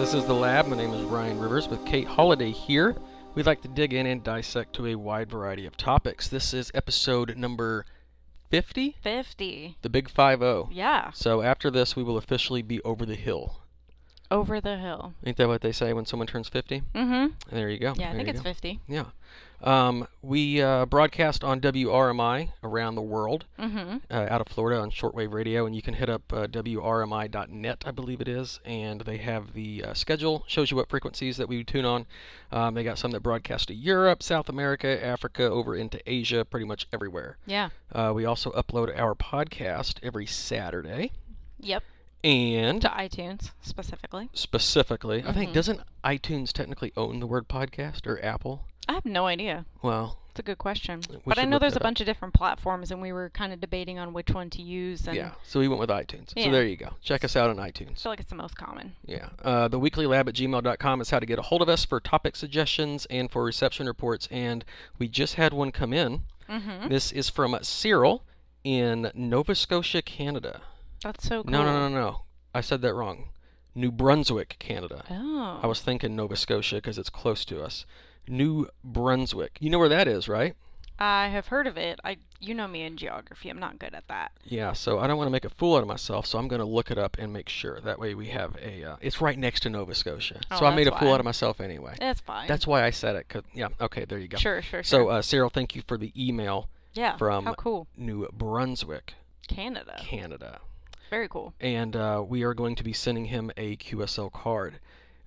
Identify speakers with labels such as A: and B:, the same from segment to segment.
A: is The Lab. My name is Ryan Rivers with Kate Holiday here. We'd like to dig in and dissect to a wide variety of topics. This is episode number 50,
B: 50.
A: the Big 5 0.
B: Yeah.
A: So after this, we will officially be over the hill.
B: Over the hill.
A: Ain't that what they say when someone turns 50?
B: Mm
A: There you go.
B: hmm. Yeah, I
A: There
B: think
A: you
B: it's
A: go.
B: 50.
A: Yeah. Um, we uh, broadcast on WRMI around the world,
B: Mm hmm.
A: uh, out of Florida on shortwave radio, and you can hit up uh, WRMI.net, I believe it is, and they have the uh, schedule, shows you what frequencies that we tune on. Um, they got some that broadcast to Europe, South America, Africa, over into Asia, pretty much everywhere.
B: Yeah.
A: Uh, we also upload our podcast every Saturday,
B: Yep.
A: and
B: To iTunes specifically.
A: specifically, I think
B: Mhm.
A: doesn't iTunes technically own the word podcast or Apple?
B: I have no idea.
A: Well,
B: It's a good question.
A: We
B: but I
A: should
B: know
A: look
B: there's
A: that
B: a
A: up.
B: bunch of different platforms, and we were kind of debating on which one to use. And
A: yeah. So we went with iTunes. So
B: Yeah.
A: there you go. Check us out on
B: I
A: iTunes.
B: feel like it's the most common.
A: Yeah. Uh, the weekly lab at gmail.com is how to get a hold of us for topic suggestions and for reception reports. And we just had one come in.
B: Mm hmm.
A: This is from Cyril in Nova Scotia, Canada.
B: That's so Oh, cool.
A: No, no, no, no. I said that wrong. New Brunswick, Canada.
B: Oh.
A: I was thinking Nova Scotia because it's close to us. New Brunswick. You know where that is, right?
B: I have heard of it. I, You know me in geography. I'm not good at that.
A: Yeah, so I don't want to make a fool out of myself, so I'm going to look it up and make sure. That way we have a. Uh, it's right next to Nova Scotia.
B: Oh,
A: so I made a
B: that's
A: fool
B: why.
A: out of myself anyway.
B: That's fine.
A: That's why I said it. 'cause- yeah, okay, there you go.
B: Sure, sure, sure.
A: So, uh, Cyril, thank you for the email
B: yeah.
A: from-
B: How cool.
A: New Brunswick,
B: Canada.
A: Canada.
B: Very cool.
A: And uh, we are going to be sending him a QSL card.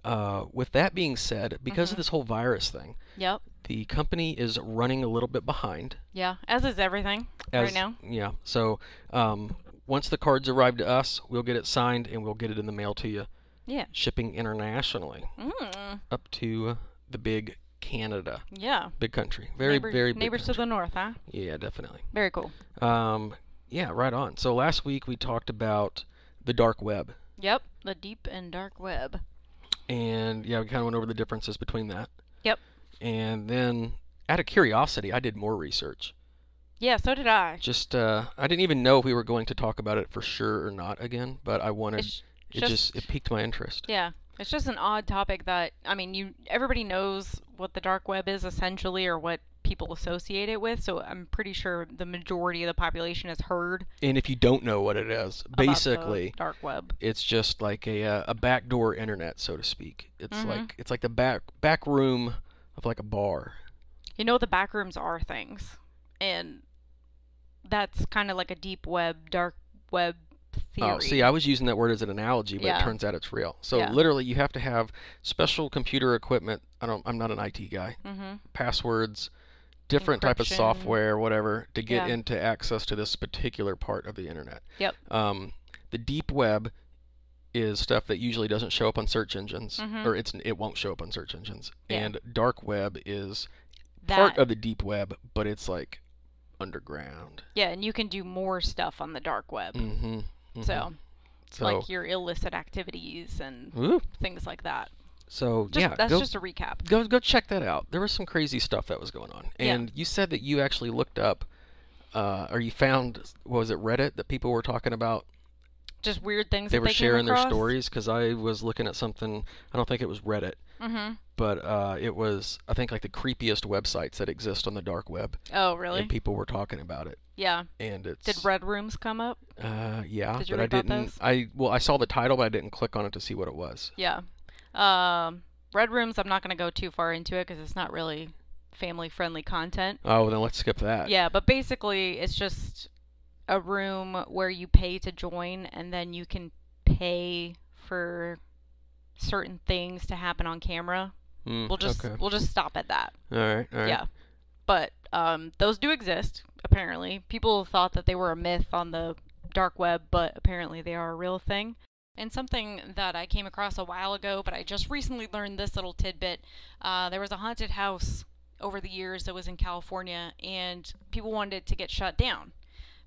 A: Uh, with that being said, because of
B: Mm-hmm.
A: this whole virus thing,
B: Yep.
A: the company is running a little bit behind.
B: Yeah. As is everything right
A: As-
B: now.
A: Yeah. So um, once the cards arrive to us, we'll get it signed and we'll get it in the mail to you.
B: Yeah.
A: Shipping internationally
B: Mm.
A: up to the big Canada,
B: Yeah.
A: big country, very
B: Neighbor-
A: very big
B: neighbors to
A: country.
B: the north, huh?
A: Yeah, definitely.
B: Very cool.
A: Um, yeah, right on. So last week we talked about the dark web,
B: Yep, the deep and dark web.
A: and yeah, we kind of went over the differences between that.
B: Yep.
A: And then, out of curiosity, I did more research.
B: Yeah, so did I.
A: Just uh, I didn't even know if we were going to talk about it for sure or not again, but I wanted
B: It's
A: it just it piqued my interest.
B: yeah, it's just an odd topic that I mean, you everybody knows what the dark web is essentially or what people associate it with, so I'm pretty sure the majority of the population has heard
A: And if you don't know what it is,
B: about the
A: basically.
B: dark web.
A: It's just like a uh, a backdoor internet, so to speak. It's
B: Mhm.
A: like it's like the back back room of like a bar.
B: You know the back rooms are things. And that's kind of like a deep web, dark web theory.
A: Oh, see, I was using that word as an analogy, but it
B: Yeah.
A: turns out it's real. So
B: Yeah.
A: literally, you have to have special computer equipment. I don't. I'm not an IT guy.
B: mm-hmm.
A: Passwords, different type of
B: Encryption.
A: software, whatever, to get
B: Yeah.
A: into access to this particular part of the internet.
B: Yep.
A: Um, the deep web is stuff that usually doesn't show up on search engines,
B: Mhm.
A: or it's it won't show up on search engines.
B: Yeah.
A: And dark web is
B: That
A: part of the deep web, but it's like underground.
B: yeah, and you can do more stuff on the dark web.
A: Mm-hmm.
B: So,
A: so
B: like your illicit activities and
A: Woo.
B: things like that.
A: so
B: Just,
A: yeah,
B: that's
A: go
B: just a recap.
A: go go check that out. There was some crazy stuff that was going on,
B: Yeah.
A: and you said that you actually looked up, uh, or you found what was it Reddit that people were talking about?
B: Just weird things
A: They
B: that
A: were
B: they
A: sharing
B: came
A: their
B: across.
A: stories because I was looking at something. I don't think it was Reddit,
B: Mm-hmm.
A: but uh, it was I think like the creepiest websites that exist on the dark web,
B: Oh, really?
A: and people were talking about it.
B: Yeah.
A: And it's
B: Did red rooms come up?
A: uh, yeah,
B: did you
A: but I
B: read about
A: didn't.
B: those?
A: I well, I saw the title, but I didn't click on it to see what it was.
B: Yeah. Um, red rooms. I'm not gonna go too far into it because it's not really family-friendly content.
A: Oh, well, then let's skip that.
B: Yeah, but basically, it's just a room where you pay to join, and then you can pay for certain things to happen on camera.
A: Mm,
B: We'll just
A: okay.
B: we'll just stop at that.
A: All right. All right.
B: Yeah. But um, those do exist, apparently. People thought that they were a myth on the dark web, but apparently they are a real thing. And something that I came across a while ago, but I just recently learned this little tidbit uh, there was a haunted house over the years that was in California, and people wanted it to get shut down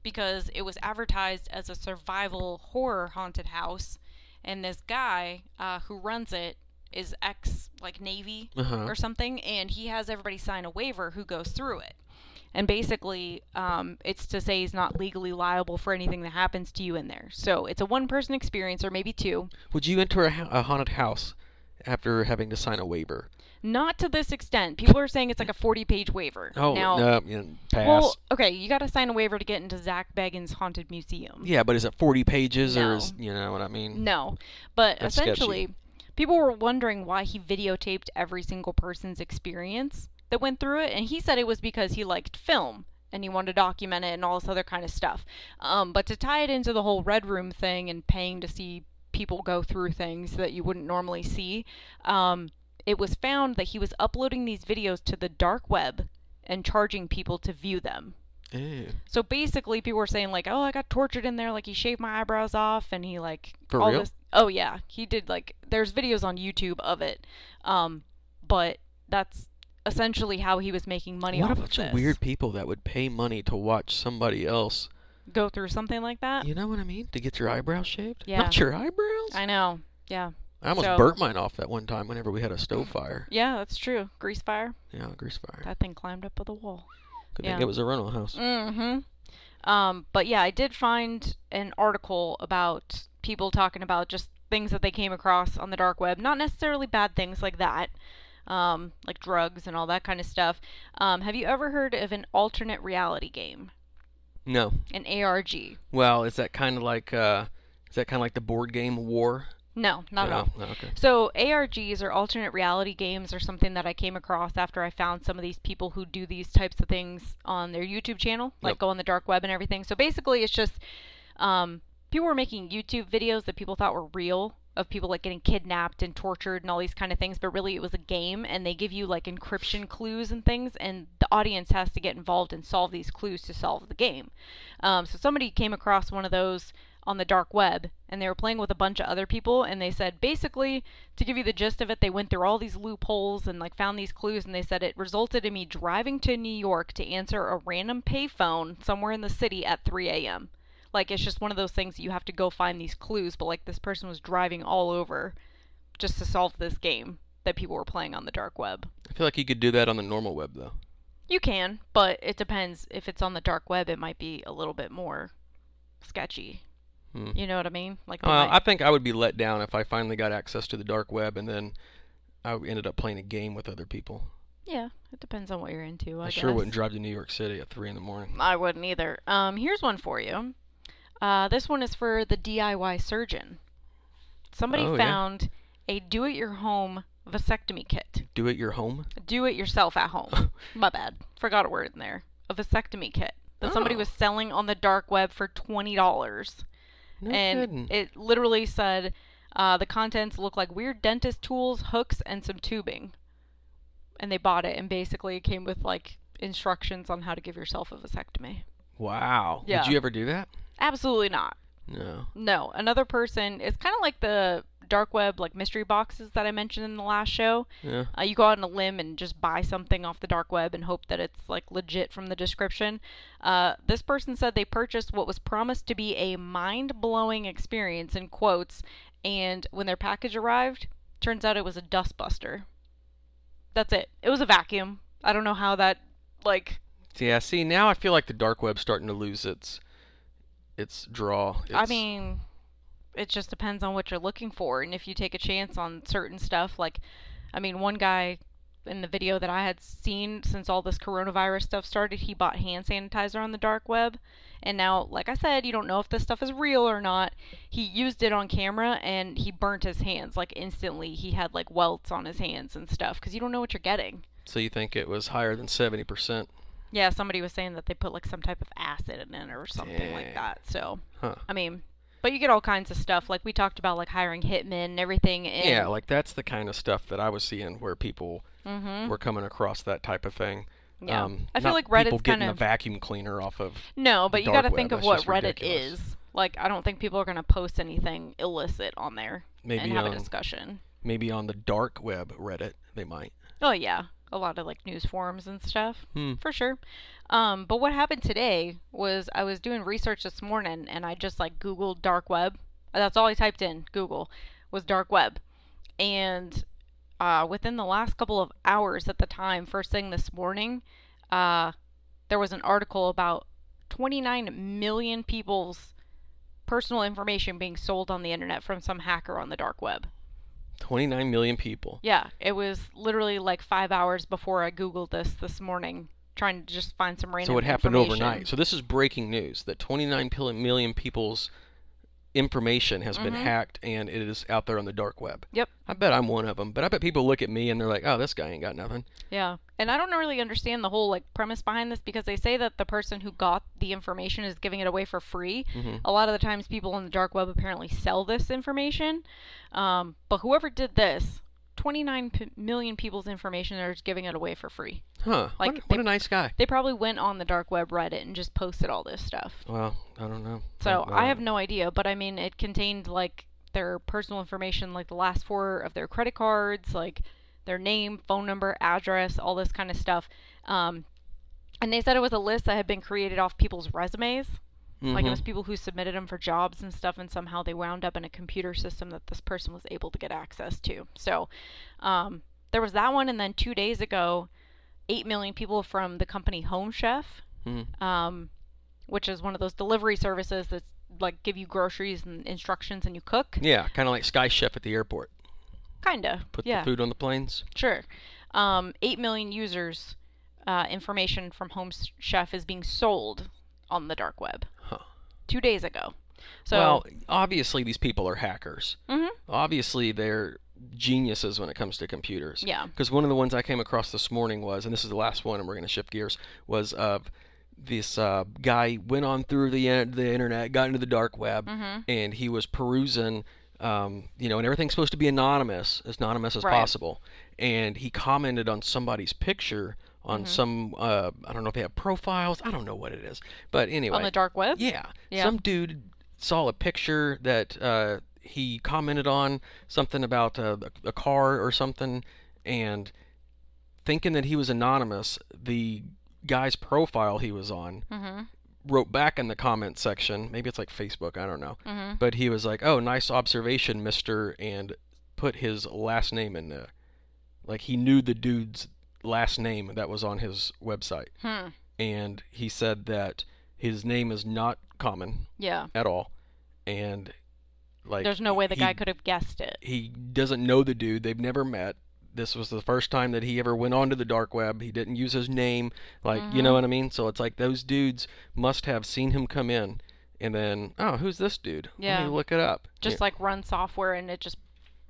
B: because it was advertised as a survival horror haunted house. And this guy uh, who runs it is ex like Navy
A: Uh-huh.
B: or something, and he has everybody sign a waiver who goes through it. And basically, um, it's to say he's not legally liable for anything that happens to you in there. So it's a one person experience, or maybe two.
A: Would you enter a, ha- a haunted house after having to sign a waiver.
B: Not to this extent. People are saying it's like a 40 page waiver.
A: Oh,
B: now,
A: no, yeah, pass.
B: Well, okay, you got to sign a waiver to get into Zach Bagans' Haunted Museum.
A: yeah, but is it 40 pages or
B: No.
A: is, you know what I mean?
B: No, but
A: That's sketchy.
B: essentially, people were wondering why he videotaped every single person's experience that went through it, and he said it was because he liked film and he wanted to document it and all this other kind of stuff. Um, but to tie it into the whole Red Room thing and paying to see people go through things that you wouldn't normally see, um, it was found that he was uploading these videos to the dark web and charging people to view them.
A: Ew.
B: So basically, people were saying like, "Oh, I got tortured in there. Like he shaved my eyebrows off, and he like
A: For
B: all
A: real?
B: this." Oh yeah, he did. Like there's videos on YouTube of it, um, but that's essentially how he was making money
A: What a
B: off
A: bunch
B: of
A: of
B: this.
A: weird people that would pay money to watch somebody else.
B: Go through something like that.
A: You know what I mean? To get your eyebrows shaved?
B: Uh, Yeah.
A: Not your eyebrows? I,
B: I know. Yeah,
A: almost
B: so-
A: burnt mine off that one time whenever we had a stove fire.
B: yeah, that's true. Grease fire.
A: Yeah, grease fire.
B: That thing climbed up the wall.
A: Good
B: yeah.
A: thing it was a rental house.
B: Mm-hmm. Um, but yeah, I did find an article about people talking about just things that they came across on the dark web. Not necessarily bad things like that, um, like drugs and all that kind of stuff. Um, have you ever heard of an alternate reality game,
A: No.
B: an ARG?
A: Well, is that kind of like uh is that kind of like the board game War?
B: No, not at all.
A: No, no, okay.
B: So ARGs or alternate reality games are something that I came across after I found some of these people who do these types of things on their YouTube channel, like
A: Yep.
B: go on the dark web and everything. So basically, it's just um, people were making YouTube videos that people thought were real of people like getting kidnapped and tortured and all these kind of things, but really it was a game, and they give you like encryption clues and things, and the audience has to get involved and solve these clues to solve the game. Um, so somebody came across one of those on the dark web and they were playing with a bunch of other people and they said basically to give you the gist of it they went through all these loopholes and like found these clues and they said it resulted in me driving to new york to answer a random payphone somewhere in the city at 3 a.m like it's just one of those things that you have to go find these clues but like this person was driving all over just to solve this game that people were playing on the dark web
A: I feel like you could do that on the normal web though.
B: you can, but it depends. If it's on the dark web, it might be a little bit more sketchy.
A: Hmm.
B: You know what I mean? Like, they
A: Uh,
B: might-
A: I think I would be let down if I finally got access to the dark web and then I ended up playing a game with other people.
B: yeah, it depends on what you're into. I,
A: I, sure
B: guess.
A: wouldn't drive to New York City at three in the morning.
B: I wouldn't either. Um, here's one for you. Uh, this one is for the DIY surgeon. Somebody
A: Oh, yeah.
B: found a do-it-your-home vasectomy kit.
A: Do it your home.
B: Do-it-yourself at home. My bad. Forgot a word in there. A vasectomy kit that somebody
A: Oh.
B: was selling on the dark web for twenty dollars.
A: No
B: and
A: kidding.
B: it literally said uh, the contents look like weird dentist tools, hooks, and some tubing. And they bought it, and basically it came with like instructions on how to give yourself a vasectomy.
A: wow.
B: Yeah.
A: Did you ever do that?
B: Absolutely not.
A: No.
B: No, another person. It's kind of like the dark web, like mystery boxes that I mentioned in the last show.
A: Yeah.
B: Uh, you go out on a limb and just buy something off the dark web and hope that it's like legit from the description. Uh, this person said they purchased what was promised to be a mind-blowing experience in quotes, and when their package arrived, turns out it was a dustbuster. That's it. It was a vacuum. I don't know how that like
A: Yeah. See, now I feel like the dark web's starting to lose its its draw.
B: I
A: It's-
B: mean, it just depends on what you're looking for, and if you take a chance on certain stuff. Like, I mean, one guy in the video that I had seen since all this coronavirus stuff started, he bought hand sanitizer on the dark web, and now, like I said, you don't know if this stuff is real or not. He used it on camera, and he burnt his hands like instantly. He had like welts on his hands and stuff because you don't know what you're getting.
A: so you think it was higher than seventy percent?
B: Yeah, somebody was saying that they put like some type of acid in it or something
A: Dang.
B: like that. So.
A: Huh.
B: I mean, but you get all kinds of stuff. Like we talked about, like hiring hitmen and everything. And,
A: Yeah. Like that's the kind of stuff that I was seeing where people
B: hmm
A: were coming across that type of thing.
B: yeah.
A: Um,
B: I feel
A: not
B: like
A: people
B: Reddit's
A: getting
B: kind
A: a
B: of
A: vacuum cleaner off of.
B: no,
A: the
B: but you
A: dark
B: got to think
A: web.
B: of
A: That's
B: what
A: just
B: Reddit
A: ridiculous.
B: is. Like, I don't think people are gonna post anything illicit on there
A: Maybe um,
B: and have a
A: on
B: discussion.
A: maybe on the dark web Reddit they might.
B: Oh yeah, a lot of like news forums and stuff
A: Hmm.
B: for sure. Um, but what happened today was I was doing research this morning and I just like Googled dark web. That's all I typed in. Google was dark web, and uh, within the last couple of hours at the time, first thing this morning, uh, there was an article about 29 million people's personal information being sold on the internet from some hacker on the dark web.
A: 29 million people.
B: Yeah, it was literally like five hours before I Googled this this morning, trying to just find some random
A: so it happened
B: information.
A: overnight. So this is breaking news that 29 pil- million people's information has been
B: Mhm.
A: hacked and it is out there on the dark web.
B: Yep.
A: I bet I'm one of them, but I bet people look at me and they're like, "Oh, this guy ain't got nothing."
B: Yeah. And I don't really understand the whole like premise behind this because they say that the person who got the information is giving it away for free.
A: hmm
B: A lot of the times people on the dark web apparently sell this information. Um, but whoever did this, 29 p- million people's information are just giving it away for free.
A: Huh. what,
B: Like,
A: a-
B: they-
A: what a nice guy.
B: They probably went on the dark web Reddit and just posted all this stuff.
A: Well, I don't know.
B: So
A: don't
B: I
A: know.
B: have no idea, but I mean, it contained like their personal information, like the last four of their credit cards, like their name, phone number, address, all this kind of stuff. Um, and they said it was a list that had been created off people's resumes. Like it
A: Mhm.
B: was people who submitted them for jobs and stuff, and somehow they wound up in a computer system that this person was able to get access to. So um, there was that one, and then two days ago, 8 million people from the company Home Chef
A: Mhm.
B: um, which is one of those delivery services that like give you groceries and instructions and you cook.
A: Yeah, kind of like Sky Chef at the airport.
B: Kinda.
A: Put
B: yeah.
A: the food on the planes.
B: Sure. Um, Eight million users uh, information from Home S- Chef is being sold on the dark web.
A: Huh.
B: Two days ago. So.
A: well, obviously these people are hackers.
B: Mhm.
A: Obviously they're geniuses when it comes to computers.
B: Yeah.
A: Because one of the ones I came across this morning was, and this is the last one, and we're going to shift gears, was of this uh, guy went on through the in- the internet, got into the dark web,
B: Mhm.
A: and he was perusing. Um, you know, and everything's supposed to be anonymous, as anonymous as
B: Right.
A: possible. And he commented on somebody's picture on
B: Mm-hmm.
A: some, uh, I don't know if they have profiles, I don't know what it is. But anyway,
B: On the dark web.
A: yeah.
B: Yeah.
A: Some dude saw a picture that uh, he commented on something about uh, a, a car or something, and thinking that he was anonymous, the guy's profile he was on
B: Mm-hmm.
A: wrote back in the comment section. Maybe it's like Facebook, I don't know.
B: Mm-hmm.
A: But he was like, "Oh, nice observation, Mister," and put his last name in there. Like he knew the dude's last name that was on his website,
B: Hmm.
A: and he said that his name is not common
B: Yeah.
A: at all, and like
B: There's no way the
A: he-
B: guy could have guessed it.
A: He doesn't know the dude. They've never met. This was the first time that he ever went onto the dark web. He didn't use his name, like you
B: Mm-hmm.
A: know what I mean. So it's like those dudes must have seen him come in, and then oh, who's this dude?
B: Yeah.
A: Let me look it up.
B: Just like run software and it just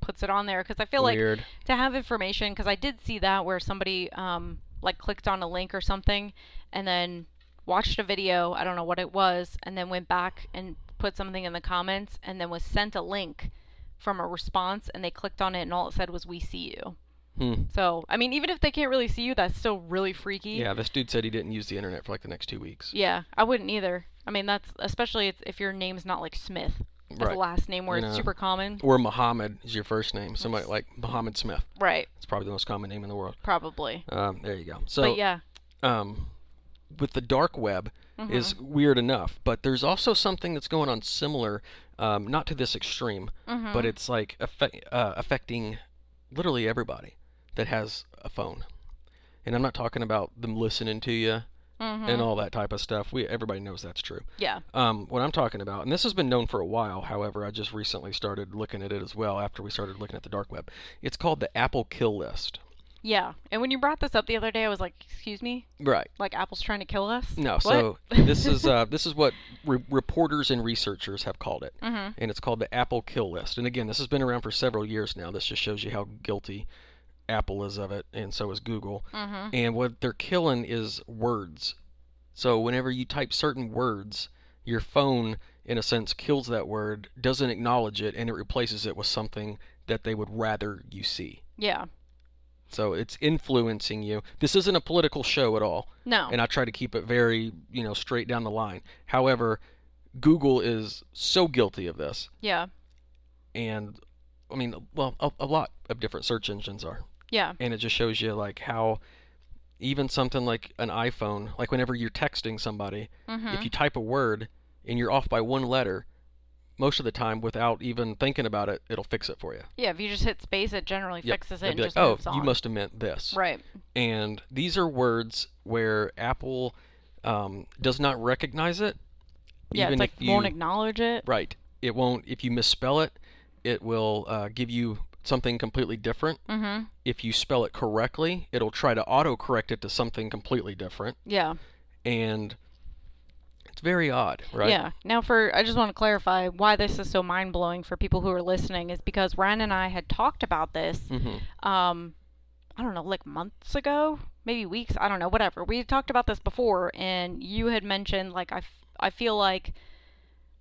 B: puts it on there. Because I feel like
A: weird.
B: to have information because I did see that where somebody um, like clicked on a link or something and then watched a video I don't know what it was and then went back and put something in the comments and then was sent a link from a response and they clicked on it and all it said was we see you
A: hmm.
B: so I mean even if they can't really see you that's still really freaky
A: Yeah, this dude said he didn't use the internet for like the next two weeks.
B: Yeah, I wouldn't either I mean that's especially if- if your name's not like Smith as
A: Right.
B: a last name where
A: No.
B: it's super common
A: Or Muhammad is your first name. Somebody
B: That's-
A: like Muhammad Smith.
B: right
A: It's probably the most common name in the world.
B: probably
A: Um, there you go. So
B: but yeah
A: um, with the dark web is weird enough, but there's also something that's going on similar, um, not to this extreme, but it's like affect, uh, affecting literally everybody that has a phone. And I'm not talking about them listening to you and all that type of stuff. We everybody knows that's true.
B: yeah
A: Um, what I'm talking about, and this has been known for a while. However, I just recently started looking at it as well after we started looking at the dark web. It's called the Apple Kill List.
B: Yeah, and when you brought this up the other day, I was like, "Excuse me,
A: Right.
B: like Apple's trying to kill us."
A: No,
B: What?
A: so this is uh, this is what re- reporters and researchers have called it,
B: Mhm.
A: and it's called the Apple Kill List. And again, this has been around for several years now. This just shows you how guilty Apple is of it, and so is Google.
B: Mhm.
A: And what they're killing is words. So whenever you type certain words, your phone, in a sense, kills that word, doesn't acknowledge it, and it replaces it with something that they would rather you see.
B: yeah,
A: So it's influencing you. This isn't a political show at all
B: no,
A: and I try to keep it very, you know, straight down the line. However, Google is so guilty of this,
B: yeah,
A: and I mean, well, a, a lot of different search engines are,
B: yeah,
A: and it just shows you like how even something like an iPhone, like whenever you're texting somebody, if
B: mhm,
A: you type a word and you're off by one letter, most of the time without even thinking about it, it'll fix it for you.
B: yeah. If you just hit space, it generally
A: Yep.
B: fixes it
A: It'll
B: and
A: be like,
B: just
A: oh,
B: moves on.
A: you must have meant this
B: right,
A: and these are words where Apple um, does not recognize it.
B: yeah.
A: even
B: It's like
A: if you,
B: won't acknowledge it.
A: right, it won't. If you misspell it, it will uh, give you something completely different.
B: Mm-hmm.
A: If you spell it correctly, it'll try to autocorrect it to something completely different.
B: Yeah.
A: And it's very odd, right?
B: Yeah. Now, for I just want to clarify why this is so mind blowing for people who are listening is because Ryan and I had talked about this.
A: Mm-hmm.
B: Um, I don't know, like months ago, maybe weeks. I don't know, whatever. We had talked about this before, and you had mentioned like I, f- I feel like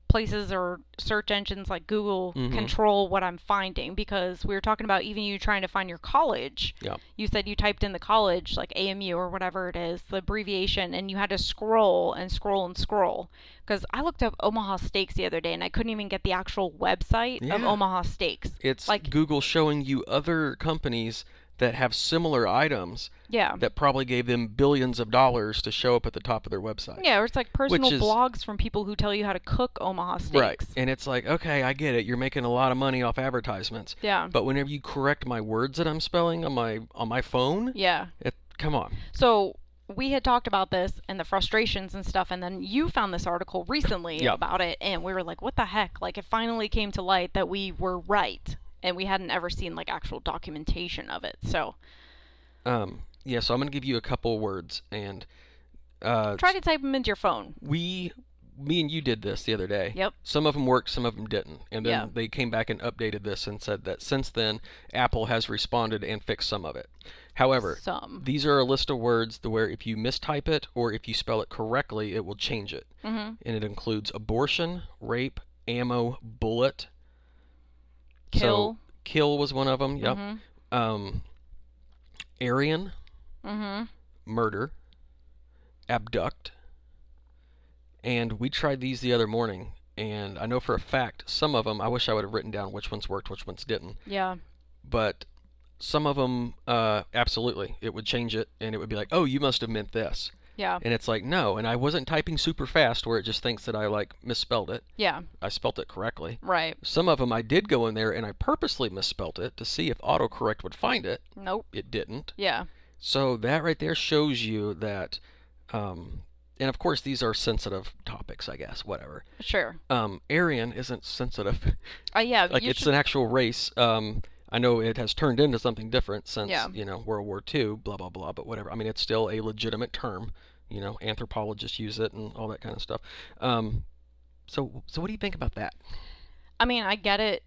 B: places or search engines like Google
A: Mhm.
B: control what I'm finding because we were talking about even you trying to find your college.
A: Yeah.
B: You said you typed in the college like AMU or whatever it is, the abbreviation, and you had to scroll and scroll and scroll because I looked up Omaha Steaks the other day and I couldn't even get the actual website of
A: Yeah.
B: Omaha Steaks.
A: It's
B: Like-
A: like Google showing you other companies that have similar items
B: Yeah.
A: that probably gave them billions of dollars to show up at the top of their website.
B: Yeah, or it's like personal
A: is-
B: blogs from people who tell you how to cook Omaha steaks.
A: Right. And it's like, okay, I get it. You're making a lot of money off advertisements.
B: Yeah.
A: But whenever you correct my words that I'm spelling on my on my phone,
B: yeah.
A: it, come on.
B: So we had talked about this and the frustrations and stuff, and then you found this article recently
A: Yeah.
B: about it, and we were like, what the heck? Like, it finally came to light that we were right, and we hadn't ever seen like actual documentation of it. So
A: Um, yeah, so I'm going to give you a couple words and uh,
B: try to type them into your phone.
A: we me and you did this the other day.
B: Yep.
A: Some of them worked, some of them didn't. And then
B: Yeah.
A: they came back and updated this and said that since then Apple has responded and fixed some of it. However,
B: Some.
A: these are a list of words the where if you mistype it or if you spell it correctly, it will change it.
B: Mm-hmm.
A: And it includes abortion, rape, ammo, bullet. So,
B: Kill.
A: kill was one of them. Yep.
B: Mm-hmm.
A: Um, Aryan,
B: Mm-hmm.
A: murder, abduct, and we tried these the other morning. And I know for a fact some of them. I wish I would have written down which ones worked, which ones didn't.
B: Yeah.
A: But some of them, uh, absolutely, it would change it, and it would be like, "Oh, you must have meant this,"
B: Yeah.
A: and it's like, "No." And I wasn't typing super fast, where it just thinks that I like misspelled it.
B: Yeah.
A: I spelt it correctly.
B: Right.
A: Some of them I did go in there and I purposely misspelt it to see if autocorrect would find it.
B: Nope.
A: It didn't.
B: Yeah.
A: So that right there shows you that, um, and of course these are sensitive topics, I guess, whatever.
B: Sure.
A: Um, Aryan isn't sensitive.
B: Uh, yeah.
A: like
B: you
A: it's
B: should-
A: an actual race. Um, I know it has turned into something different since
B: Yeah.
A: you know World War II, blah blah blah. But whatever. I mean, it's still a legitimate term. You know, anthropologists use it and all that kind of stuff. Um, so so what do you think about that?
B: I mean, I get it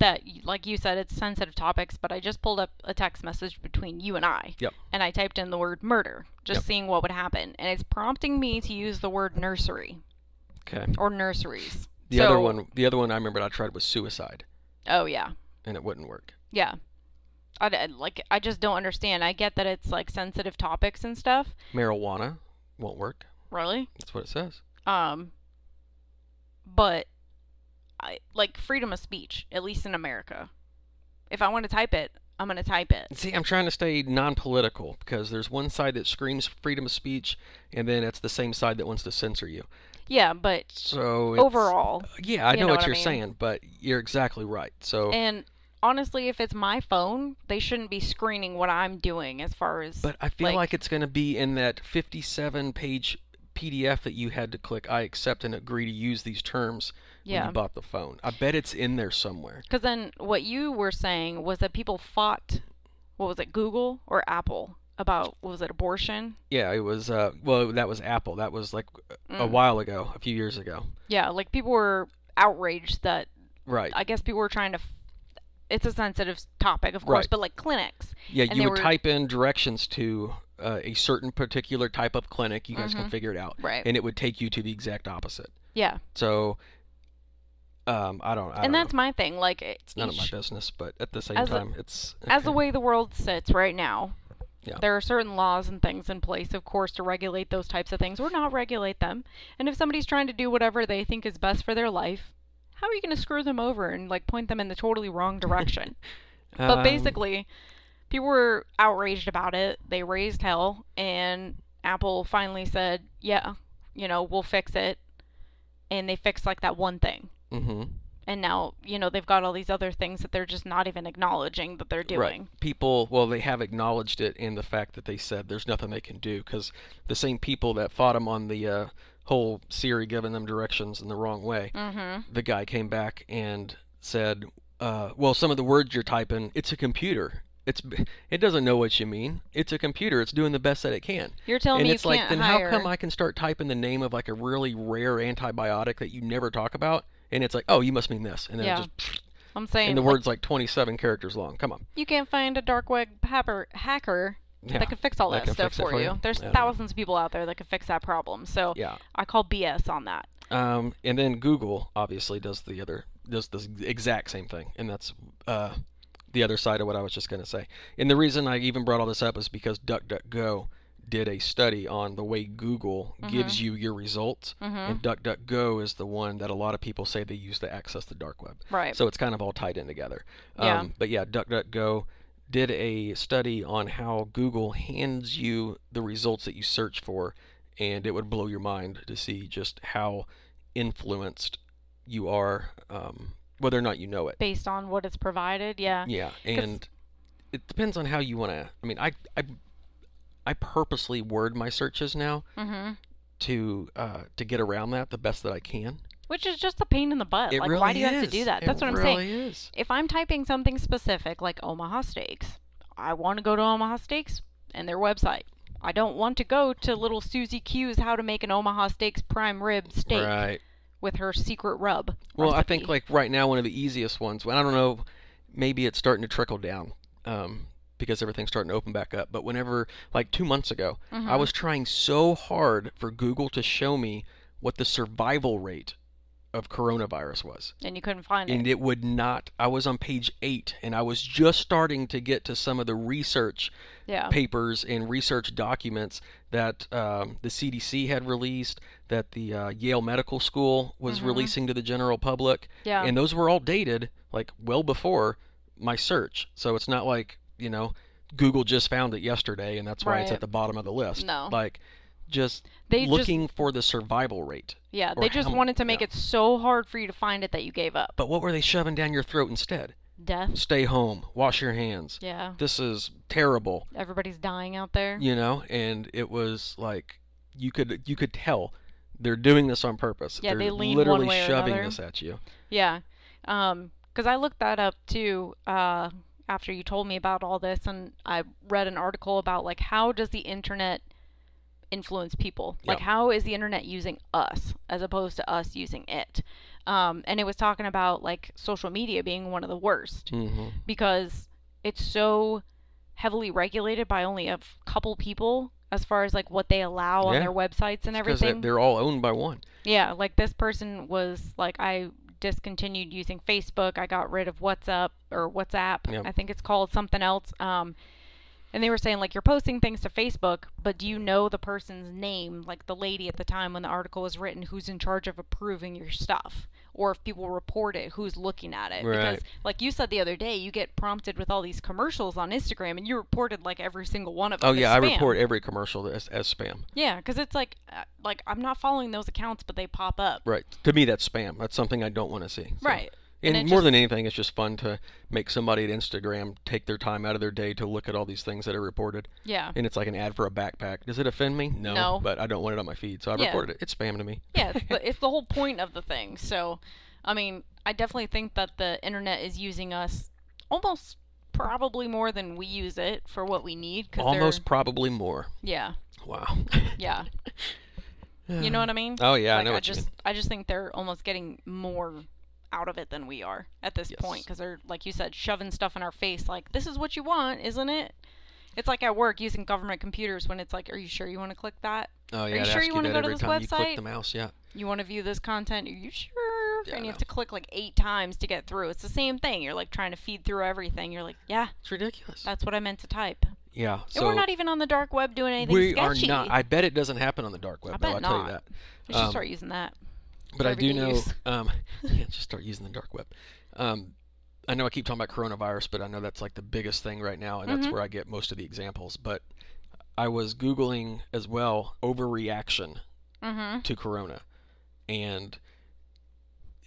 B: that, y- like you said, it's sensitive topics, but I just pulled up a text message between you and I.
A: Yep.
B: And I typed in the word murder, just
A: Yep.
B: seeing what would happen. And it's prompting me to use the word nursery
A: Okay.
B: or nurseries.
A: The other
B: So-
A: one, the other one I remembered I tried was suicide,
B: Oh, yeah.
A: and it wouldn't work.
B: Yeah. I, d- like, I just don't understand. I get that it's like sensitive topics and stuff.
A: Marijuana won't work.
B: Really?
A: That's what it says.
B: Um, but I like freedom of speech, at least in America. If I want to type it, I'm going to type it.
A: See, I'm trying to stay non-political because there's one side that screams freedom of speech, and then it's the same side that wants to censor you.
B: Yeah, but
A: So it's,
B: overall,
A: yeah, I
B: you
A: know,
B: know
A: what,
B: what I
A: you're
B: mean.
A: saying, but you're exactly right. So,
B: And honestly, if it's my phone, they shouldn't be screening what I'm doing as far as.
A: but I feel like,
B: like-
A: it's going to be in that 57-page PDF that you had to click. I accept and agree to use these terms when
B: Yeah.
A: you bought the phone. I bet it's in there somewhere.
B: Because then what you were saying was that people fought, what was it, Google or Apple about, what was it, abortion?
A: Yeah, it was. Uh, well, that was Apple. That was like a
B: Mm.
A: while ago, a few years ago.
B: Yeah, like people were outraged that
A: Right.
B: I guess people were trying to. F- it's a sensitive topic, of course,
A: Right.
B: but like clinics.
A: Yeah,
B: and
A: you
B: they
A: would
B: were-
A: type in directions to uh, a certain particular type of clinic. You guys can
B: Mhm.
A: figure it out,
B: Right.
A: and it would take you to the exact opposite.
B: yeah.
A: So, um, I don't. I don't
B: and
A: know.
B: that's my thing. Like, it-
A: it's none of my
B: each-
A: business, but at the same
B: As a-
A: time, it's
B: as the
A: okay.
B: way the world sits right now,
A: Yeah.
B: there are certain laws and things in place, of course, to regulate those types of things or not regulate them. And if somebody's trying to do whatever they think is best for their life, how are you going to screw them over and like point them in the totally wrong direction? but
A: Um,
B: basically, people were outraged about it. They raised hell, and Apple finally said, "Yeah, you know, we'll fix it." And they fixed like that one thing.
A: mhm,
B: And now, you know, they've got all these other things that they're just not even acknowledging that they're doing.
A: Right. People, well, they have acknowledged it in the fact that they said there's nothing they can do because the same people that fought them on the uh, whole Siri giving them directions in the wrong way,
B: Mm-hmm.
A: the guy came back and said uh, well, some of the words you're typing, it's a computer. It's it doesn't know what you mean. It's a computer. It's doing the best that it can.
B: You're telling
A: and
B: me
A: it's
B: you
A: like,
B: can't
A: then
B: hire.
A: how come I can start typing the name of like a really rare antibiotic that you never talk about, and it's like, oh, you must mean this, and then it
B: Yeah.
A: just,
B: I'm saying
A: and the
B: like,
A: word's like 27 characters long. Come on,
B: you can't find a dark web hacker, hacker
A: yeah,
B: that can fix all
A: that
B: that,
A: can
B: stuff
A: fix it
B: for
A: for
B: you.
A: you.
B: There's
A: Yeah.
B: thousands of people out there that can fix that problem. So
A: yeah.
B: I call BS on that.
A: Um, and then Google obviously does the other does the exact same thing, and that's uh, the other side of what I was just going to say. And the reason I even brought all this up is because DuckDuckGo did a study on the way Google gives you your results,
B: hmm
A: and DuckDuckGo is the one that a lot of people say they use to access the dark web.
B: Right.
A: So it's kind of all tied in together.
B: Yeah.
A: Um, but yeah, DuckDuckGo did a study on how Google hands you the results that you search for, and it would blow your mind to see just how influenced you are, um, whether or not you know it.
B: Based on what it's provided, yeah.
A: Yeah, and it depends on how you want to. I mean, I, I, I purposely word my searches now
B: hmm
A: to uh, to get around that the best that I can.
B: Which is just a pain in the butt.
A: It
B: Uh, like,
A: really
B: why do you
A: is.
B: have to do that?
A: It
B: That's what I'm saying.
A: really is.
B: If I'm typing something specific, like Omaha Steaks, I want to go to Omaha Steaks and their website. I don't want to go to little Susie Q's how to make an Omaha Steaks prime rib steak
A: Right.
B: with her secret rub.
A: Well, I
B: recipe.
A: think like right now one of the easiest ones. When I don't know, maybe it's starting to trickle down um, because everything's starting to open back up. But whenever, like two months ago, I
B: Mm-hmm.
A: was trying so hard for Google to show me what the survival rate of coronavirus was,
B: and you couldn't find
A: and
B: it.
A: it would not. I was on page eight, and I was just starting to get to some of the research
B: Yeah.
A: papers and research documents that um, the CDC had released, that the uh, Yale Medical School was
B: Mm-hmm.
A: releasing to the general public.
B: Yeah.
A: And those were all dated like well before my search. So it's not like, you know, Google just found it yesterday and that's why it's
B: Right.
A: at the bottom of the list.
B: No.
A: Like just
B: They just-
A: looking for the survival rate.
B: yeah,
A: or
B: they just
A: how-
B: wanted to make
A: yeah.
B: it so hard for you to find it that you gave up.
A: But what were they shoving down your throat instead?
B: Death.
A: Stay home, wash your hands.
B: Yeah.
A: This is terrible.
B: Everybody's dying out there.
A: you know and it was like you could you could tell they're doing this on purpose
B: Yeah,
A: they're
B: they lean one
A: literally
B: way or
A: shoving
B: another.
A: this at you
B: Yeah. Um, 'cause I looked that up too, uh, after you told me about all this, and I read an article about like how does the internet influence people? Like
A: Yeah.
B: how is the internet using us as opposed to us using it? Um, and it was talking about like social media being one of the worst
A: hmm
B: because it's so heavily regulated by only a f- couple people as far as like what they allow on
A: Yeah.
B: their websites and
A: because
B: everything.
A: they're all owned by one
B: Yeah, like this person was like, I discontinued using Facebook. I got rid of WhatsApp or WhatsApp.
A: Yep.
B: I think it's called something else. Um, and they were saying like you're posting things to Facebook, but do you know the person's name, like the lady at the time when the article was written, who's in charge of approving your stuff, or if people report it, who's looking at it?
A: Right.
B: Because like you said the other day, you get prompted with all these commercials on Instagram, and you reported like every single one of them.
A: oh
B: as
A: yeah i
B: spam.
A: report every commercial as, as spam
B: Yeah, because it's like, uh, like I'm not following those accounts, but they pop up.
A: right to me that's spam that's something i don't want to see so-
B: Right.
A: and,
B: And it
A: more
B: just-
A: than anything it's just fun to make somebody at instagram take their time out of their day to look at all these things that are reported
B: Yeah.
A: and it's like an ad for a backpack does it offend me no,
B: No.
A: but i don't want it on my feed so i
B: Yeah.
A: reported it it's spam to me
B: yeah, it's the, it's the whole point of the thing. So, I mean, I definitely think that the internet is using us almost probably more than we use it for what we need. Cause they're-
A: almost probably more
B: Yeah.
A: wow
B: Yeah. you know what I mean?
A: oh yeah i
B: Like,
A: know what you
B: just
A: mean
B: I just think they're almost getting more out of it than we are at this point point
A: Yes.
B: because they're like you said shoving stuff in our face like this is what you want isn't it it's like at work using government computers when it's like are you sure you want to click that
A: Oh yeah,
B: you
A: it
B: sure
A: asks
B: you wanna
A: that
B: go
A: every
B: to this
A: time You click
B: website?
A: the mouse, yeah.
B: you want to view this content are you sure
A: Yeah, I
B: and you have
A: know.
B: to click like eight times to get through it's the same thing you're like trying to feed through everything you're like yeah
A: It's ridiculous.
B: that's what i meant to type
A: yeah, so
B: and we're not even on the dark web doing anything
A: we are
B: sketchy
A: not. I bet it doesn't happen on the dark web,
B: I
A: though.
B: bet
A: I'll tell you
B: not.
A: that.
B: we should
A: um,
B: start using that
A: But I do
B: everyday
A: know.
B: use.
A: Um, yeah, just start using the dark web. Um, I know I keep talking about coronavirus, but I know that's like the biggest thing right now, and that's
B: Mhm.
A: where I get most of the examples. But I was googling as well overreaction
B: mm-hmm
A: to corona, and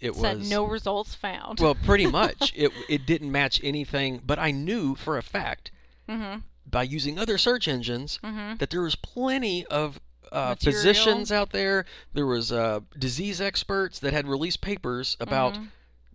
A: it
B: said
A: was
B: no results found
A: well, pretty much it it didn't match anything. But I knew for a fact
B: mm-hmm
A: by using other search engines
B: mm-hmm
A: that there was plenty of uh,
B: Material.
A: physicians out there. There was uh, disease experts that had released papers about
B: Mhm.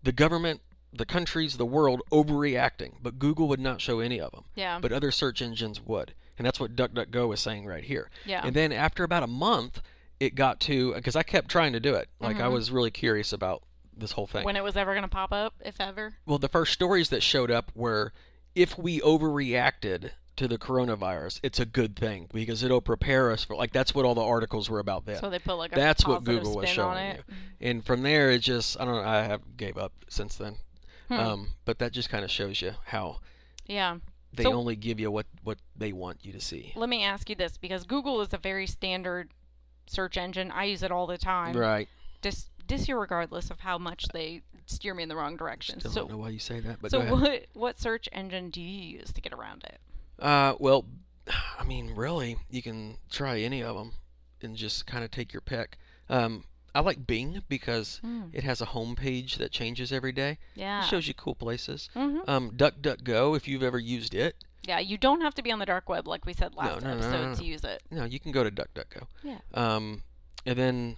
A: the government the countries, the world overreacting, but Google would not show any of them.
B: Yeah.
A: But other search engines would. And that's what DuckDuckGo is saying right here.
B: Yeah.
A: And then after about a month, it got to because I kept trying to do it. Like
B: Mm-hmm.
A: I was really curious about this whole thing.
B: when it was ever going to pop up, if ever.
A: Well, the first stories that showed up were if we overreacted to the coronavirus, it's a good thing because it'll prepare us for like that's what all the articles were about then.
B: So they put like a
A: that's what
B: positive
A: Google was
B: spin on
A: showing
B: it. Mm-hmm.
A: you. And from there it just I don't know, I have gave up since then.
B: Hmm.
A: Um, but that just kind of shows you how
B: Yeah.
A: they
B: So-
A: only give you what what they want you to see.
B: Let me ask you this because Google is a very standard search engine. I use it all the time.
A: Right.
B: Dis- disregardless of how much they steer me in the wrong direction.
A: Still don't
B: so
A: know why you say that, but
B: so
A: go ahead.
B: what what search engine do you use to get around it?
A: Uh, well, I mean, really, you can try any of them and just kind of take your pick. Um, I like Bing because
B: Hmm.
A: it has a home page that changes every day.
B: Yeah.
A: It shows you cool places.
B: hmm
A: Um, DuckDuckGo, if you've ever used it,
B: Yeah, you don't have to be on the dark web like we said last
A: no, no, no,
B: episode
A: no.
B: to use it.
A: no, you can go to DuckDuckGo.
B: Yeah.
A: Um, and then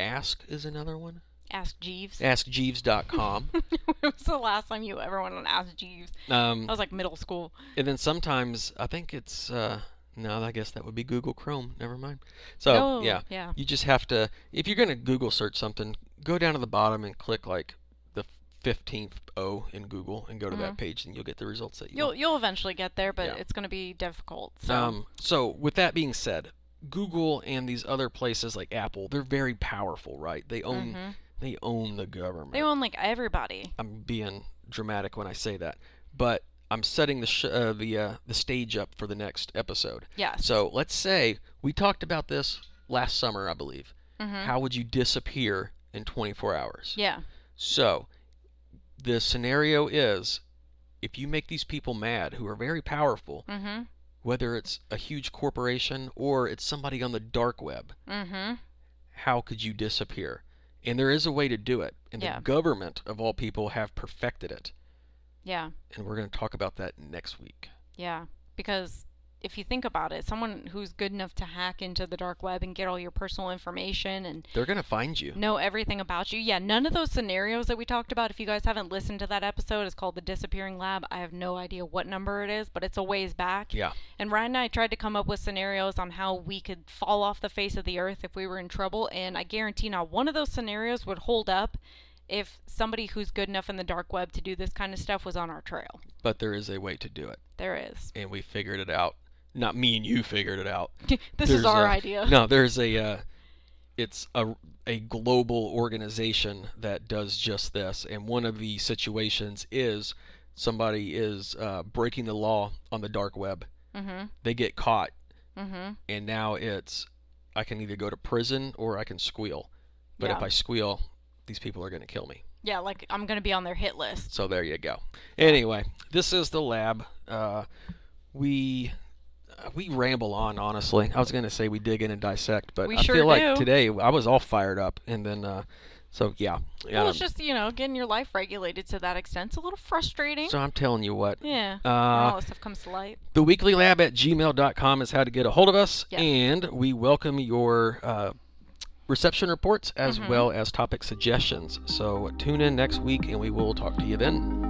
A: Ask is another one.
B: Ask Jeeves.
A: AskJeeves.com.
B: it was the last time you ever went on Ask Jeeves.
A: um,
B: I was like middle school.
A: and then sometimes I think it's uh, no, I guess that would be Google Chrome. Never mind. So
B: oh,
A: yeah,
B: Yeah.
A: You just have to, if you're going to Google search something, go down to the bottom and click like the 15th O in Google and go to that page and you'll get the results that you
B: Uh-huh. You'll
A: want.
B: you'll eventually get there, but
A: Yeah.
B: it's going to be difficult. So
A: Um, so, with that being said, Google and these other places like Apple, they're very powerful, right? They own
B: Mhm.
A: they own the government.
B: they own like everybody.
A: I'm being dramatic when I say that, but I'm setting the sh- uh, the uh, the stage up for the next episode.
B: Yes.
A: So, let's say we talked about this last summer, I believe.
B: Mhm.
A: How would you disappear in 24 hours?
B: yeah.
A: So, the scenario is if you make these people mad who are very powerful,
B: Mhm.
A: whether it's a huge corporation or it's somebody on the dark web,
B: Mhm.
A: how could you disappear? And there is a way to do it. And
B: Yeah.
A: the government, of all people, have perfected it.
B: Yeah.
A: And we're going to talk about that next week.
B: Yeah. Because if you think about it, someone who's good enough to hack into the dark web and get all your personal information and
A: They're going to find you.
B: know everything about you. Yeah, none of those scenarios that we talked about, if you guys haven't listened to that episode, it's called The Disappearing Lab. I have no idea what number it is, but it's a ways back.
A: Yeah.
B: And Ryan and I tried to come up with scenarios on how we could fall off the face of the earth if we were in trouble, and I guarantee not one of those scenarios would hold up if somebody who's good enough in the dark web to do this kind of stuff was on our trail.
A: But there is a way to do it.
B: There is.
A: And we figured it out. Not me and you figured it out.
B: this
A: There's
B: is our
A: a-
B: idea.
A: No, there's a uh, it's a a global organization that does just this, and one of the situations is somebody is uh, breaking the law on the dark web.
B: Mm-hmm.
A: They get caught,
B: Mm-hmm.
A: and now it's I can either go to prison or I can squeal. But if
B: Yeah.
A: I squeal, these people are going to kill me.
B: Yeah, like I'm gonna be on their hit list.
A: So there you go. Anyway, this is the lab. Uh, we uh, we ramble on. Honestly, I was gonna say we dig in and dissect, but
B: We
A: I
B: sure
A: feel like
B: do.
A: today I was all fired up, and then uh, so yeah.
B: well,
A: Um,
B: it's just you know getting your life regulated to that extent's a little frustrating.
A: so I'm telling you what.
B: yeah. when all
A: Uh,
B: this stuff comes to light.
A: the weekly lab at gmail.com is how to get a hold of us,
B: Yes.
A: and we welcome your uh, reception
B: Mm-hmm.
A: reports as well as topic suggestions. So tune in next week, and we will talk to you then.